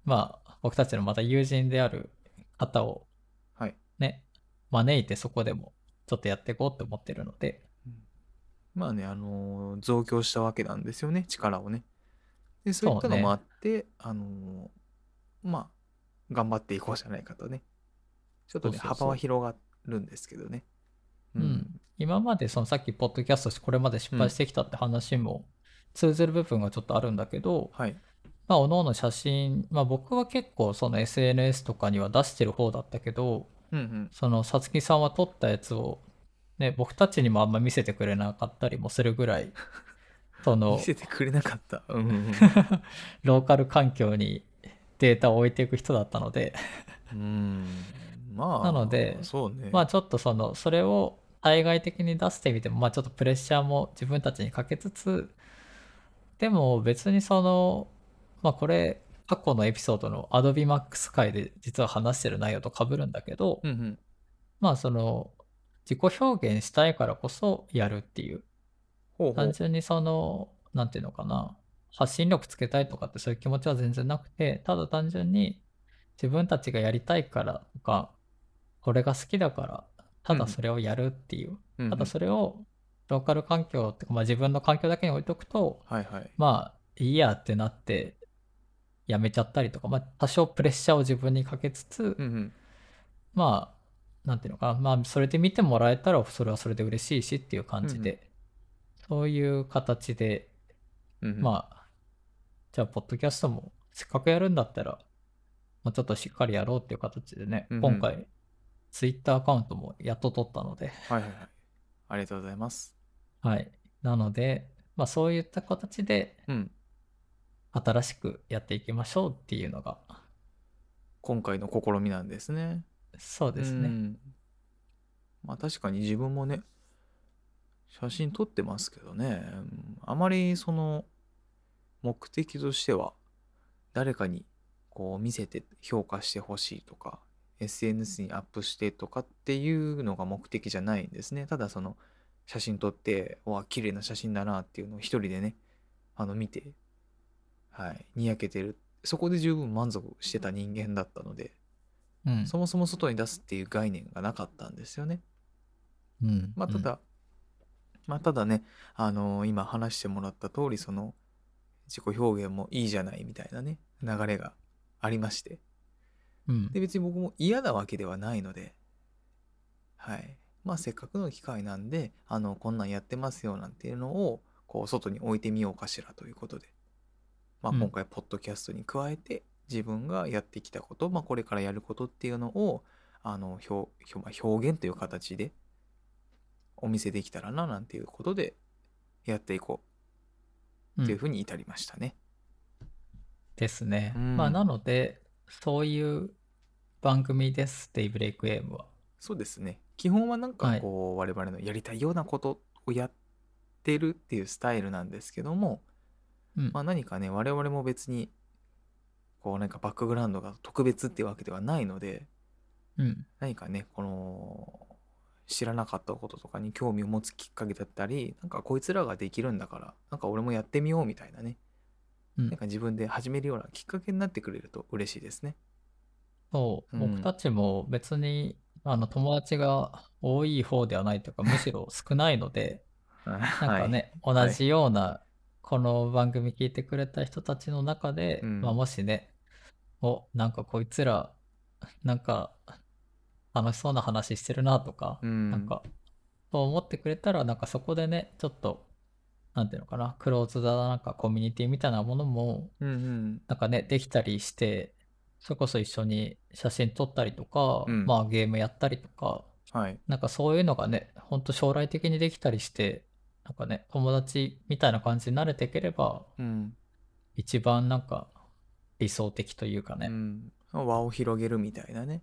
Speaker 2: まあ僕たちのまた友人である方を
Speaker 1: はい。
Speaker 2: ね招いてそこでもちょっとやっていこうって思ってるので
Speaker 1: まあね、あのー増強したわけなんですよね、力をね。で、そういった
Speaker 2: そう
Speaker 1: の
Speaker 2: ね
Speaker 1: もあって、あのーまあ、頑張っていこうじゃないかとね。ちょっとね、
Speaker 2: そうそうそ
Speaker 1: 幅
Speaker 2: う
Speaker 1: は広がるんですけどね。う
Speaker 2: うん今までそのさっきポッドキャストしこれまで失敗してきたって話も通ずる部分がちょっとあるんだけど、
Speaker 1: はい。
Speaker 2: まあおのおの写真まあ僕は結構その SNS とかには出してる方だったけど
Speaker 1: うんうん。
Speaker 2: そのさつきさんは撮ったやつを、ね、僕たちにもあんま見せてくれなかったりもするぐらいその
Speaker 1: 見せてくれなかった。うんうん うん。
Speaker 2: ローカル環境にデータを置いていく人だったので
Speaker 1: うんまあ、
Speaker 2: なので
Speaker 1: そうね。
Speaker 2: まあちょっとそのそれを対外的に出してみてもまあちょっとプレッシャーも自分たちにかけつつでも別にそのまあこれ過去のエピソードの AdobeMax 会で実は話してる内容と被るんだけど、
Speaker 1: うんうん。
Speaker 2: まあその自己表現したいからこそやるっていう
Speaker 1: ほうほ
Speaker 2: 単
Speaker 1: う。
Speaker 2: 純にそのなんていうのかな発信力つけたいとかってそういう気持ちは全然なくてただ単純に自分たちがやりたいからとかこれが好きだからただそれをやるっていう、
Speaker 1: うんうん
Speaker 2: ただそれをローカル環境っていうか、まあ、自分の環境だけに置いとくと
Speaker 1: はいはい。
Speaker 2: まあいいやってなってやめちゃったりとか、まあ、多少プレッシャーを自分にかけつつ、
Speaker 1: うんうん。
Speaker 2: まあ、なんていうのかな、まあ、それで見てもらえたら、それはそれで嬉しいしっていう感じで、そういう形で、
Speaker 1: うんうん、
Speaker 2: まあ、じゃあ、ポッドキャストも、せっかくやるんだったら、まあ、ちょっとしっかりやろうっていう形でね、
Speaker 1: うんうん
Speaker 2: 今回、ツイッターアカウントもやっと取ったので、
Speaker 1: はいはいはい。ありがとうございます。
Speaker 2: はい。なので、まあ、そういった形で、
Speaker 1: うん。
Speaker 2: 新しくやっていきましょうっていうのが、
Speaker 1: 今回の試みなんですね。
Speaker 2: そうです
Speaker 1: う
Speaker 2: ね。
Speaker 1: んまあ確かに自分もね写真撮ってますけどねうんあまりその目的としては誰かにこう見せて評価してほしいとか SNS にアップしてとかっていうのが目的じゃないんですねただその写真撮ってわあ綺麗な写真だなっていうのを一人でねあの見てはいにやけてるそこで十分満足してた人間だったので
Speaker 2: うん。
Speaker 1: そもそも外に出すっていう概念がなかったんですよね。
Speaker 2: うん
Speaker 1: まあ、ただ、、まあ、ただね、あのー今話してもらった通り、その、自己表現もいいじゃないみたいなね、流れがありまして。
Speaker 2: うん。
Speaker 1: で、別に僕も嫌なわけではないので、はい。まあせっかくの機会なんで、あの、こんなんやってますよなんていうのを、こう、外に置いてみようかしらということで。まあ
Speaker 2: うん
Speaker 1: 今回、ポッドキャストに加えて、自分がやってきたこと、まあこれからやることっていうのを、あの、表、表まあ表現という形で、お見せできたらな、なんていうことで、やっていこうっていうふうに至りましたね。
Speaker 2: ですね。
Speaker 1: うん
Speaker 2: まあなので、そういう番組です、デイブレイクゲームは。
Speaker 1: そうですね。基本はなん
Speaker 2: は
Speaker 1: か
Speaker 2: い
Speaker 1: こう、我々のやりたいようなことをやってるっていうスタイルなんですけども、
Speaker 2: うん
Speaker 1: まあ何かね、我々も別に、こうなんかバックグラウンドが特別っていうわけではないので、
Speaker 2: うん
Speaker 1: 何かね、この、知らなかったこととかに興味を持つきっかけだったり、なんかこいつらができるんだから、なんか俺もやってみようみたいなね、
Speaker 2: うん
Speaker 1: なんか自分で始めるようなきっかけになってくれると嬉しいですね。
Speaker 2: そう、
Speaker 1: うん
Speaker 2: 僕たちも別にあの友達が多い方ではな いというか、むしろ少ないので、なん
Speaker 1: な
Speaker 2: か、ね、
Speaker 1: い
Speaker 2: 同じような、この番組聞いてくれた人たちの中で、
Speaker 1: うん
Speaker 2: まあ、もしね、お、なんかこいつら、なんか楽しそうな話してるなとか、
Speaker 1: うん。
Speaker 2: なんか、と思ってくれたら、なんかそこでね、ちょっと、なんていうのかな、クローズだなんかコミュニティみたいなものも、
Speaker 1: うんうん。
Speaker 2: なんかね、できたりして、それこそ一緒に写真撮ったりとか、
Speaker 1: うん
Speaker 2: まあゲームやったりとか、
Speaker 1: はい。
Speaker 2: なんかそういうのがね、ほんと将来的にできたりして、なんかね、友達みたいな感じに慣れていければ、
Speaker 1: うん。
Speaker 2: 一番なんか理想的というか
Speaker 1: う
Speaker 2: ね。
Speaker 1: ん、輪を広げるみたいなね、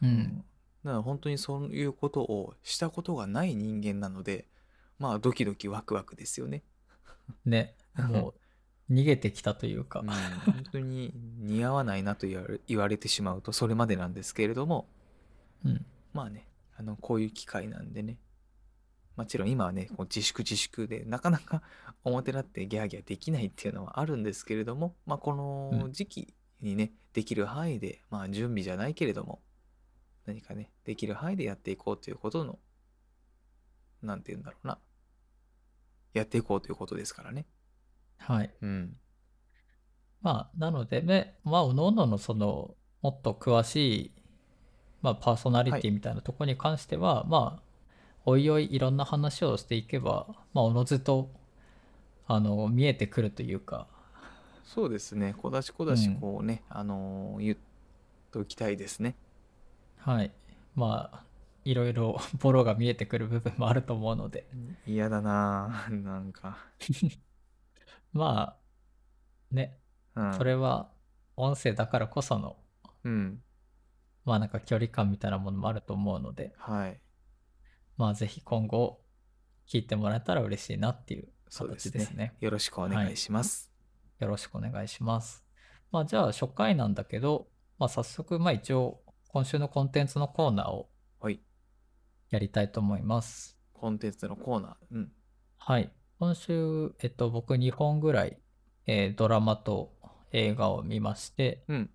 Speaker 2: うん。
Speaker 1: だから本当にそういうことをしたことがない人間なのでまあドキドキワクワクですよね、
Speaker 2: ね、もう逃げてきたというか、
Speaker 1: うん、本当に似合わないなと言われ言われてしまうとそれまでなんですけれども
Speaker 2: うん。
Speaker 1: まあねあのこういう機会なんでねもちろん今はねこう自粛自粛でなかなか 表立ってギャーギャーできないっていうのはあるんですけれども、まあ、この
Speaker 2: うん
Speaker 1: 時期にねできる範囲で、まあ、準備じゃないけれども何かねできる範囲でやっていこうということのなんて言うんだろうなやっていこうということですからね。
Speaker 2: はい。
Speaker 1: うん、
Speaker 2: まあ、なのでね、まあ、おのののその、もっと詳しい、まあ、パーソナリティみたいなところに関しては、まあ、おいおいいろんな話をしていけば、まあ、おのずと、あの、見えてくるというか、
Speaker 1: そうですね小出し小出し
Speaker 2: うん
Speaker 1: こうね、あのー言っときたいですね。
Speaker 2: はい。まあ、いろいろ ボロが見えてくる部分もあると思うので、
Speaker 1: 嫌だなあ なんか。
Speaker 2: まあ、ね、
Speaker 1: うん、
Speaker 2: それは音声だからこその、
Speaker 1: うん
Speaker 2: まあなんか距離感みたいなものもあると思うので、
Speaker 1: はい
Speaker 2: まあぜひ今後聞いてもらえたら嬉しいなっていう
Speaker 1: そうです
Speaker 2: 形
Speaker 1: ね
Speaker 2: ですね。
Speaker 1: よろしくお願いします。
Speaker 2: よろしくお願いします。まあ、じゃあ初回なんだけど、まあ、早速、まあ、一応今週のコンテンツのコーナーを
Speaker 1: はい、
Speaker 2: やりたいと思います。
Speaker 1: コンテンツのコーナー。うん。
Speaker 2: はい。今週、えっと、僕2本ぐらい、えードラマと映画を見まして、
Speaker 1: うん。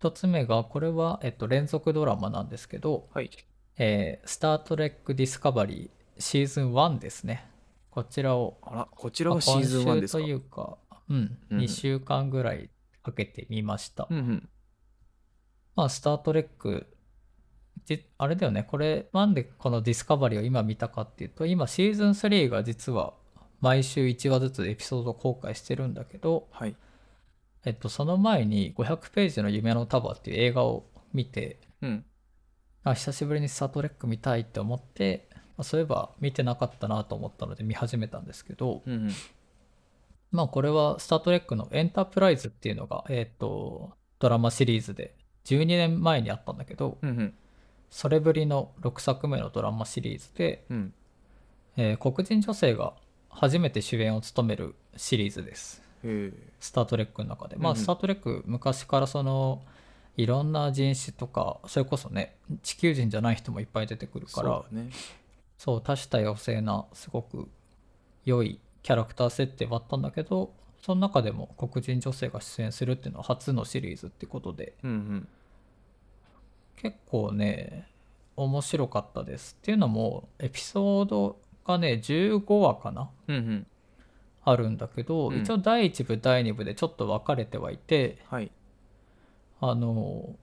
Speaker 2: 1つ目が、これは、えっと、連続ドラマなんですけど、
Speaker 1: はい。
Speaker 2: えースター・トレック・ディスカバリーシーズン1ですね。こちらを
Speaker 1: あら、こちらはシーズン
Speaker 2: まあ
Speaker 1: 1で
Speaker 2: 今週
Speaker 1: すか。
Speaker 2: というか、うん、
Speaker 1: うん
Speaker 2: 2週間ぐらいかけてみました。
Speaker 1: うんうん。
Speaker 2: まあ、スター・トレック、じあれだよね、これ、なんでこのディスカバリーを今見たかっていうと、今、シーズン3が実は、毎週1話ずつエピソード公開してるんだけど、
Speaker 1: はい。
Speaker 2: えっと、その前に500ページの夢の束っていう映画を見て、
Speaker 1: うん。
Speaker 2: あ、久しぶりにスター・トレック見たいって思って、まあそういえば見てなかったなと思ったので見始めたんですけど、
Speaker 1: うんうん。
Speaker 2: まあこれはスター・トレックのエンタープライズっていうのが、えっと、ドラマシリーズで12年前にあったんだけど、
Speaker 1: うんうん。
Speaker 2: それぶりの6作目のドラマシリーズで、
Speaker 1: うん。
Speaker 2: えー黒人女性が初めて主演を務めるシリーズです。
Speaker 1: へ
Speaker 2: スター・トレックの中で。まあ、
Speaker 1: うんうん
Speaker 2: スター・トレック昔からそのいろんな人種とかそれこそね地球人じゃない人もいっぱい出てくる
Speaker 1: え。
Speaker 2: か
Speaker 1: そ
Speaker 2: らそう
Speaker 1: うだね。
Speaker 2: 多種多様性なすごく良いキャラクター設定はあったんだけどその中でも黒人女性が出演するっていうのは初のシリーズってことで
Speaker 1: うんうん。
Speaker 2: 結構ね面白かったですっていうのもエピソードがね15話かな
Speaker 1: うんうん。
Speaker 2: あるんだけど、
Speaker 1: うん
Speaker 2: 一応第1部第2部でちょっと分かれてはいて
Speaker 1: はい。
Speaker 2: あの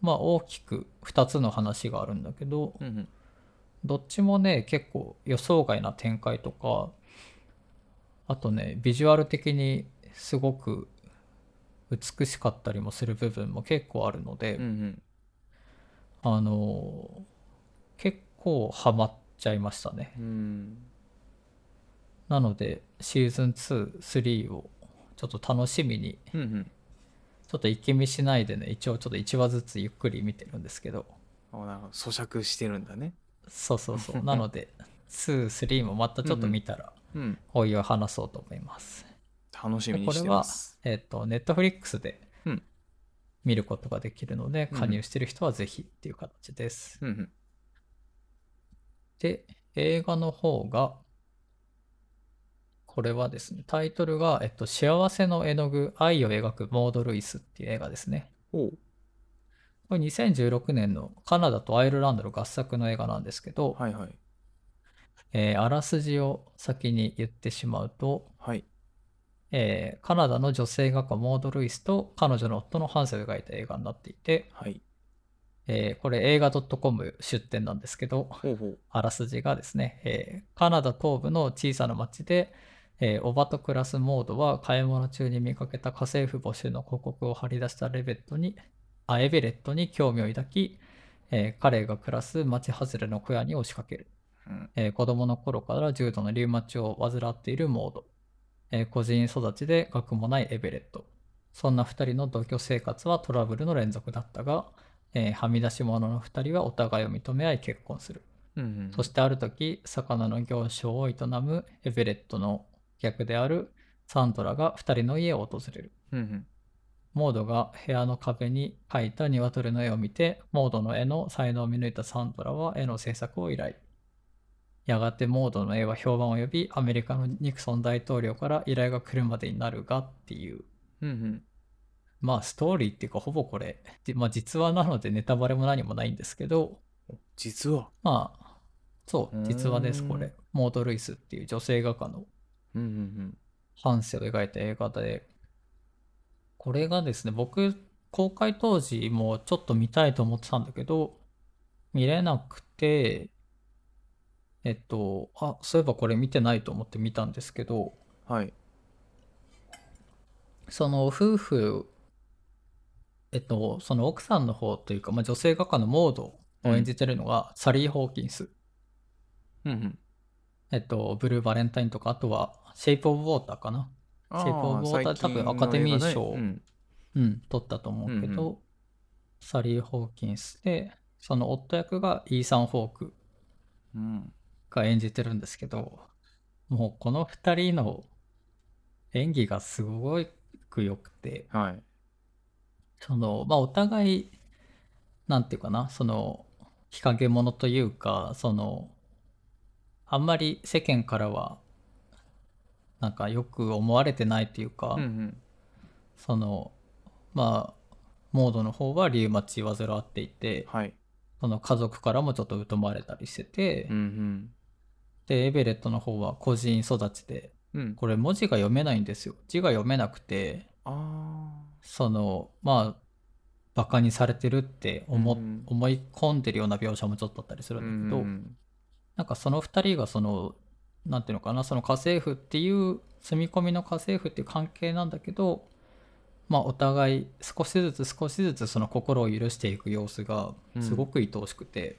Speaker 2: まあ大きく2つの話があるんだけど
Speaker 1: うんうん。
Speaker 2: どっちもね結構予想外な展開とかあとねビジュアル的にすごく美しかったりもする部分も結構あるので、
Speaker 1: うんうん
Speaker 2: あの結構ハマっちゃいましたね
Speaker 1: うん
Speaker 2: なのでシーズン23をちょっと楽しみに
Speaker 1: うんうん
Speaker 2: ちょっと一気見しないでね一応ちょっと1話ずつゆっくり見てるんですけど
Speaker 1: あなるほど咀嚼してるんだね
Speaker 2: そうそうそ うなので23もまたちょっと見たら
Speaker 1: うん
Speaker 2: おいおい話そうと思います、
Speaker 1: 楽しみ
Speaker 2: で
Speaker 1: に
Speaker 2: こ
Speaker 1: し
Speaker 2: れ
Speaker 1: て
Speaker 2: は
Speaker 1: ます
Speaker 2: えっ、とネットフリックスで
Speaker 1: うん
Speaker 2: 見ることができるので、
Speaker 1: うん
Speaker 2: 加入してる人はぜひっていう形です、
Speaker 1: うんうん
Speaker 2: で映画の方がこれはですねタイトルが、えっと「幸せの絵の具愛を描くモード・ルイス」っていう映画ですね
Speaker 1: おう
Speaker 2: これ2016年のカナダとアイルランドの合作の映画なんですけど、
Speaker 1: はいはい
Speaker 2: えーあらすじを先に言ってしまうと、
Speaker 1: はい
Speaker 2: えーカナダの女性画家モード・ルイスと彼女の夫のハンセルが描いた映画になっていて、
Speaker 1: はい
Speaker 2: えーこれ映画 .com 出展なんですけど、
Speaker 1: ほうほう
Speaker 2: あらすじがですね、えーカナダ東部の小さな町で、えーおばと暮らすモードは買い物中に見かけた家政婦募集の広告を貼り出したレベットにあエベレットに興味を抱き、えー彼が暮らす町外れの小屋に押しかける、
Speaker 1: うん
Speaker 2: えー子供の頃から重度のリウマチを患っているモード、えー個人育ちで学もないエベレットそんな2人の同居生活はトラブルの連続だったが、えーはみ出し者の2人はお互いを認め合い結婚する
Speaker 1: うんうん
Speaker 2: そしてある時、魚の行商を営むエベレットの客であるサンドラが2人の家を訪れる。
Speaker 1: うんうん
Speaker 2: モードが部屋の壁に描いた鶏の絵を見て、モードの絵の才能を見抜いたサンドラは絵の制作を依頼。やがてモードの絵は評判を呼び、アメリカのニクソン大統領から依頼が来るまでになるがっていう。
Speaker 1: うんうん
Speaker 2: まあストーリーっていうかほぼこれ、でまあ実話なのでネタバレも何もないんですけど、
Speaker 1: お実は
Speaker 2: まあ、そう
Speaker 1: うー、ん
Speaker 2: 実話です、これ。モード・ルイスっていう女性画家の
Speaker 1: うんうん
Speaker 2: 半生を描いた映画で、これがですね、僕、公開当時もちょっと見たいと思ってたんだけど、見れなくて、えっと、あ、そういえばこれ見てないと思って見たんですけど、
Speaker 1: うんはい
Speaker 2: その夫婦、えっと、その奥さんの方というか、まあ、女性画家のモードを演じてるのが、サリー・ホーキンス。
Speaker 1: うんうん
Speaker 2: えっと、ブルーバレンタインとか、あとは、シェイプ・オブ・ウォーターかな。
Speaker 1: あー
Speaker 2: シェイプオブウォータ
Speaker 1: 最
Speaker 2: ー
Speaker 1: 近
Speaker 2: 多分アカデミー賞
Speaker 1: の映画ねうん
Speaker 2: うん、取ったと思うけど、
Speaker 1: うん
Speaker 2: サリー・ホーキンスで、その夫役がイーサン・ホーク
Speaker 1: うん
Speaker 2: が演じてるんですけど、もうこの二人の演技がすごく良くて、
Speaker 1: はい
Speaker 2: その、まあ、お互い、なんていうかな、その、日陰者というか、その、あんまり世間からは、なんかよく思われてないというか、
Speaker 1: うんうん
Speaker 2: その、まあ、モードの方はリウマチ患っていて、
Speaker 1: はい
Speaker 2: その家族からもちょっと疎まれたりしてて、
Speaker 1: うん
Speaker 2: で、エベレットの方は個人育ちで、
Speaker 1: うんうん
Speaker 2: これ文字が読めないんですよ。字が読めなくて、
Speaker 1: あ
Speaker 2: そのまあバカにされてるって思,、
Speaker 1: うん
Speaker 2: 思い込んでるような描写もちょっとあったりす
Speaker 1: あ
Speaker 2: るんだけど、
Speaker 1: うん
Speaker 2: なんかその2人がそのなんていうのかなその家政婦っていう住み込みの家政婦っていう関係なんだけどまあお互い少しずつ少しずつその心を許していく様子がすごく愛おしくて、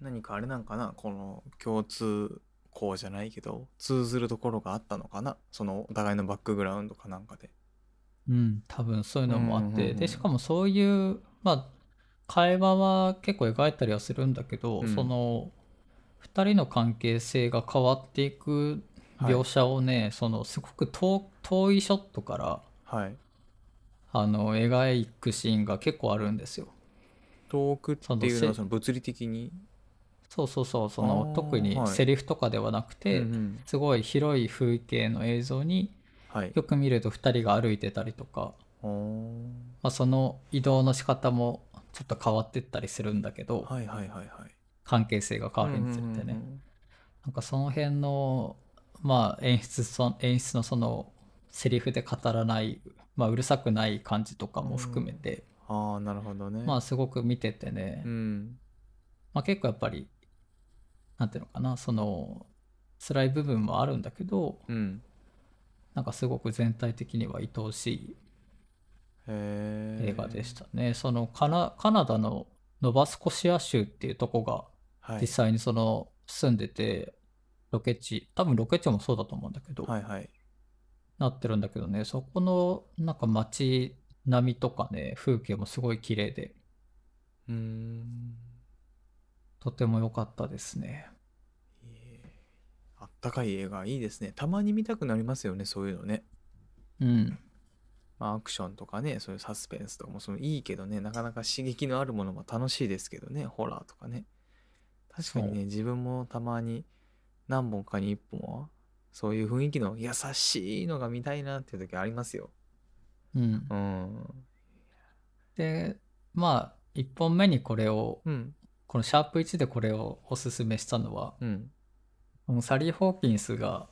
Speaker 1: 何かあれなんかなこの共通項じゃないけど通ずるところがあったのかなそのお互いのバックグラウンドかなんかで
Speaker 2: うん、多分そういうのもあって、
Speaker 1: うんうんうん
Speaker 2: でしかもそういう、まあ、会話は結構描いたりはするんだけど、
Speaker 1: うん
Speaker 2: その2人の関係性が変わっていく
Speaker 1: はい
Speaker 2: 描写をね、そのすごく遠遠いショットから
Speaker 1: はい
Speaker 2: あの描くシーンが結構あるんですよ。
Speaker 1: 遠くっていうの
Speaker 2: その
Speaker 1: は
Speaker 2: せ
Speaker 1: その物理的に
Speaker 2: そうそうそうそ
Speaker 1: あ
Speaker 2: の
Speaker 1: ー
Speaker 2: 特に
Speaker 1: はい
Speaker 2: セリフとかではなくて、
Speaker 1: うんうん
Speaker 2: すごい広い風景の映像に
Speaker 1: はい
Speaker 2: よく見ると2人が歩いてたりとか、
Speaker 1: おー
Speaker 2: まあ、その移動の仕方もちょっと変わってったりするんだけど。
Speaker 1: はいはいはいはい
Speaker 2: 関係性が変わるにつれてね、なんかその辺のまあ演出そ演出のそのセリフで語らない、まあ、うるさくない感じとかも含めて、
Speaker 1: ああーなるほどね
Speaker 2: まあすごく見ててね、
Speaker 1: うん
Speaker 2: まあ、結構やっぱりなんていうのかなその辛い部分もあるんだけど
Speaker 1: うん
Speaker 2: なんかすごく全体的には愛おしい
Speaker 1: へえ
Speaker 2: 映画でしたね、そのカナカナダのノバスコシア州っていうとこが
Speaker 1: はい
Speaker 2: 実際にその住んでてロケ地多分ロケ地もそうだと思うんだけど、
Speaker 1: はいはい
Speaker 2: なってるんだけどねそこのなんか街並みとかね風景もすごい綺麗で
Speaker 1: うーん
Speaker 2: とても良かったですね
Speaker 1: いいえあったかい映画いいですねたまに見たくなりますよねそういうのね
Speaker 2: うん
Speaker 1: まあ、アクションとかねそういうサスペンスとかもそのいいけどねなかなか刺激のあるものも楽しいですけどねホラーとかね確かに
Speaker 2: そ
Speaker 1: ね自分もたまに何本かに1本はそういう雰囲気の優しいのが見たいなっていう時ありますよ
Speaker 2: うん
Speaker 1: うん
Speaker 2: でまあ1本目にこれを
Speaker 1: うん
Speaker 2: このシャープ1でこれをおすすめしたのは
Speaker 1: うん
Speaker 2: このサリー・ホーキンスが、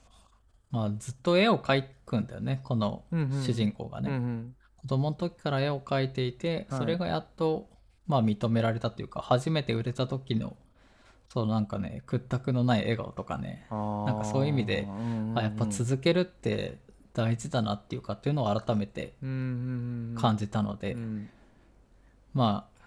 Speaker 2: まあ、ずっと絵を描くんだよねこの
Speaker 1: うんうん
Speaker 2: 主人公がね、
Speaker 1: うんうん
Speaker 2: 子供の時から絵を描いていて、
Speaker 1: はい
Speaker 2: それがやっと、まあ、認められたというか初めて売れた時のそのなんかね屈託のない笑顔とかね、
Speaker 1: あ
Speaker 2: なんかそういう意味であやっぱ
Speaker 1: く
Speaker 2: 続けるって大事だなっていうかっていうのを改めて感じたので、
Speaker 1: うん
Speaker 2: まあ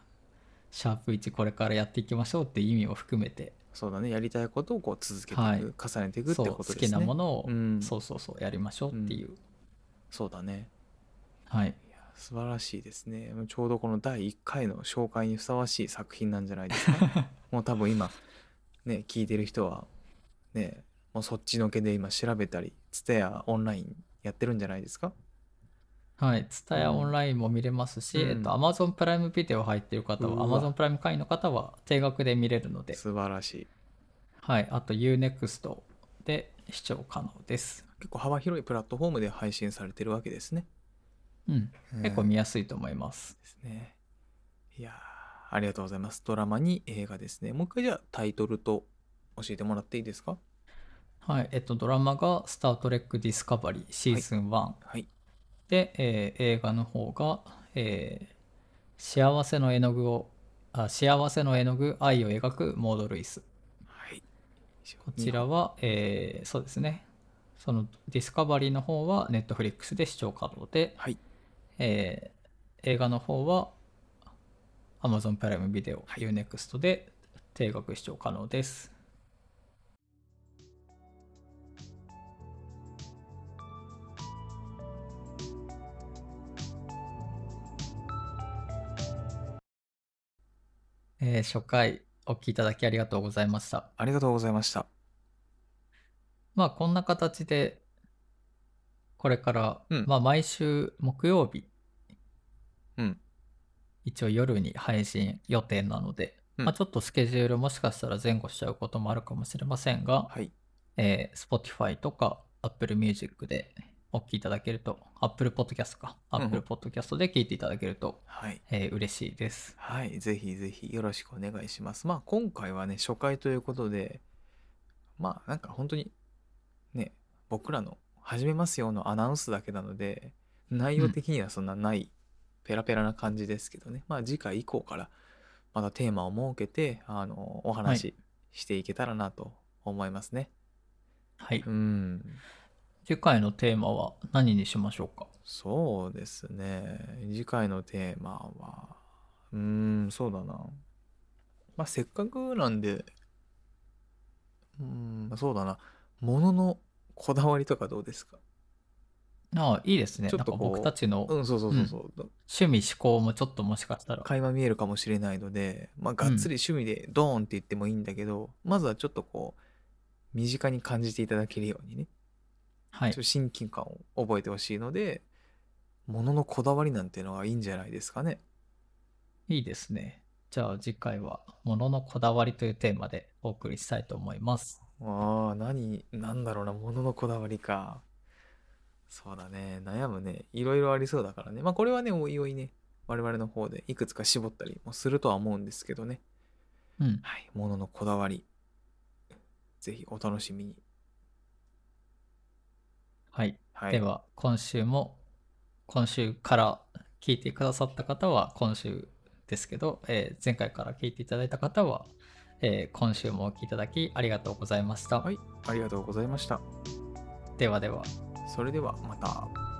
Speaker 2: シャープ1これからやっていきましょうっていう意味を含めて、
Speaker 1: そうだねやりたいことをこう続けていく、
Speaker 2: はい
Speaker 1: 重ねていくって
Speaker 2: そう
Speaker 1: こ
Speaker 2: 好
Speaker 1: とで
Speaker 2: き
Speaker 1: すね
Speaker 2: なものを、
Speaker 1: うん
Speaker 2: そうそうそうやりましょうっていう、
Speaker 1: そうだね
Speaker 2: は
Speaker 1: い
Speaker 2: い
Speaker 1: や素晴らしいですねもうちょうどこの第1回の紹介にふさわしい作品なんじゃないです かもう多分今ね聞いてる人はねもうそっちのけで今調べたり TSUTAYA オンラインやってるんじゃないですか
Speaker 2: はい、ツ a ヤ
Speaker 1: うん
Speaker 2: オンラインも見れますし、
Speaker 1: うん
Speaker 2: えっと、Amazon プライムビデオ入ってる方
Speaker 1: う
Speaker 2: は、
Speaker 1: わ
Speaker 2: Amazon プライム会員の方は定額で見れるので、
Speaker 1: 素晴らしい
Speaker 2: はい、あと UNEXT で視聴可能です。
Speaker 1: 結構幅広いプラットフォームで配信されてるわけですね
Speaker 2: うん、結構
Speaker 1: うん
Speaker 2: 見やすいと思います。
Speaker 1: ですねいやーありがとうございますドラマに映画ですねもう一回じゃあタイトルと教えてもらっていいですか
Speaker 2: はい、えっと、ドラマがスター・トレック・ディスカバリーシーズン1、
Speaker 1: はい
Speaker 2: で、えー映画の方が、えー幸せの絵の具を、あ幸せの絵の具、愛を描くモード・ルイス。
Speaker 1: はい
Speaker 2: こちら
Speaker 1: は
Speaker 2: は、えーそうですね。そのディスカバリーの方は Netflix で視聴可能で、
Speaker 1: はい
Speaker 2: えー映画の方は Amazon プライムビデオ、
Speaker 1: はい
Speaker 2: UNEXT で定額視聴可能です。えー初回お聞きいただきありがとうございました。
Speaker 1: ありがとうございました
Speaker 2: まあこんな形でこれから、
Speaker 1: うん
Speaker 2: まあ毎週木曜日
Speaker 1: うん
Speaker 2: 一応夜に配信予定なので、
Speaker 1: うん
Speaker 2: まあちょっとスケジュールもしかしたら前後しちゃうこともあるかもしれませんが、
Speaker 1: はい
Speaker 2: えー Spotify とか Apple Music でお聞きいただけると Apple Podcast か
Speaker 1: んうん
Speaker 2: Apple Podcast で聞いていただけると、
Speaker 1: はい
Speaker 2: えー嬉しいです
Speaker 1: はい、ぜひぜひよろしくお願いします。まあ今回はね、初回ということで、まあなんか本当にね、僕らの始めますよのアナウンスだけなので、内容的にはそんなない、ペラペラな感じですけどね、まあ次回以降からまたテーマを設けて、あの、お
Speaker 2: は
Speaker 1: 話ししていけたらなと思いますね。
Speaker 2: はい、
Speaker 1: うん。
Speaker 2: 次回のテーマは何にしましょうか
Speaker 1: そうですね。次回のテーマは、うーん、そうだな。まあ、せっかくなんで、うーん、そうだな。もののこだわりとかどうですか
Speaker 2: ああいいですね
Speaker 1: ちょ
Speaker 2: な
Speaker 1: っ
Speaker 2: んか
Speaker 1: とこう
Speaker 2: 僕たちの
Speaker 1: う
Speaker 2: 趣
Speaker 1: ん、そうそうそうそう。
Speaker 2: 味思考もちょっともしかしたら
Speaker 1: 会話見えるかもしれないので、まあ、がっつり趣味でドーンって言ってもいいんだけど、まずはちょっとこう、身近に感じていただけるようにね、
Speaker 2: は
Speaker 1: ちょ
Speaker 2: い
Speaker 1: っと親近感を覚えてほしいので、もののこだわりなんてのはいいんじゃないですかね。
Speaker 2: いいですね。じゃあ次回は「もののこだわり」というテーマでお送りしたいと思います。
Speaker 1: ああ、何、なんだろうな、もののこだわりか。そうだね、悩むね。いろいろありそうだからね。まあ、これはね、おいおいね、我々の方でいくつか絞ったりもするとは思うんですけどね。
Speaker 2: うん、
Speaker 1: はい、もののこだわり。ぜひお楽しみに。
Speaker 2: はい、
Speaker 1: はい。
Speaker 2: では今週も今週から聞いてくださった方は今週ですけど、えー前回から聞いていただいた方は、えー今週もお聴きいただきありがとうございました。
Speaker 1: はいありがとうございました
Speaker 2: ではでは。
Speaker 1: それではまた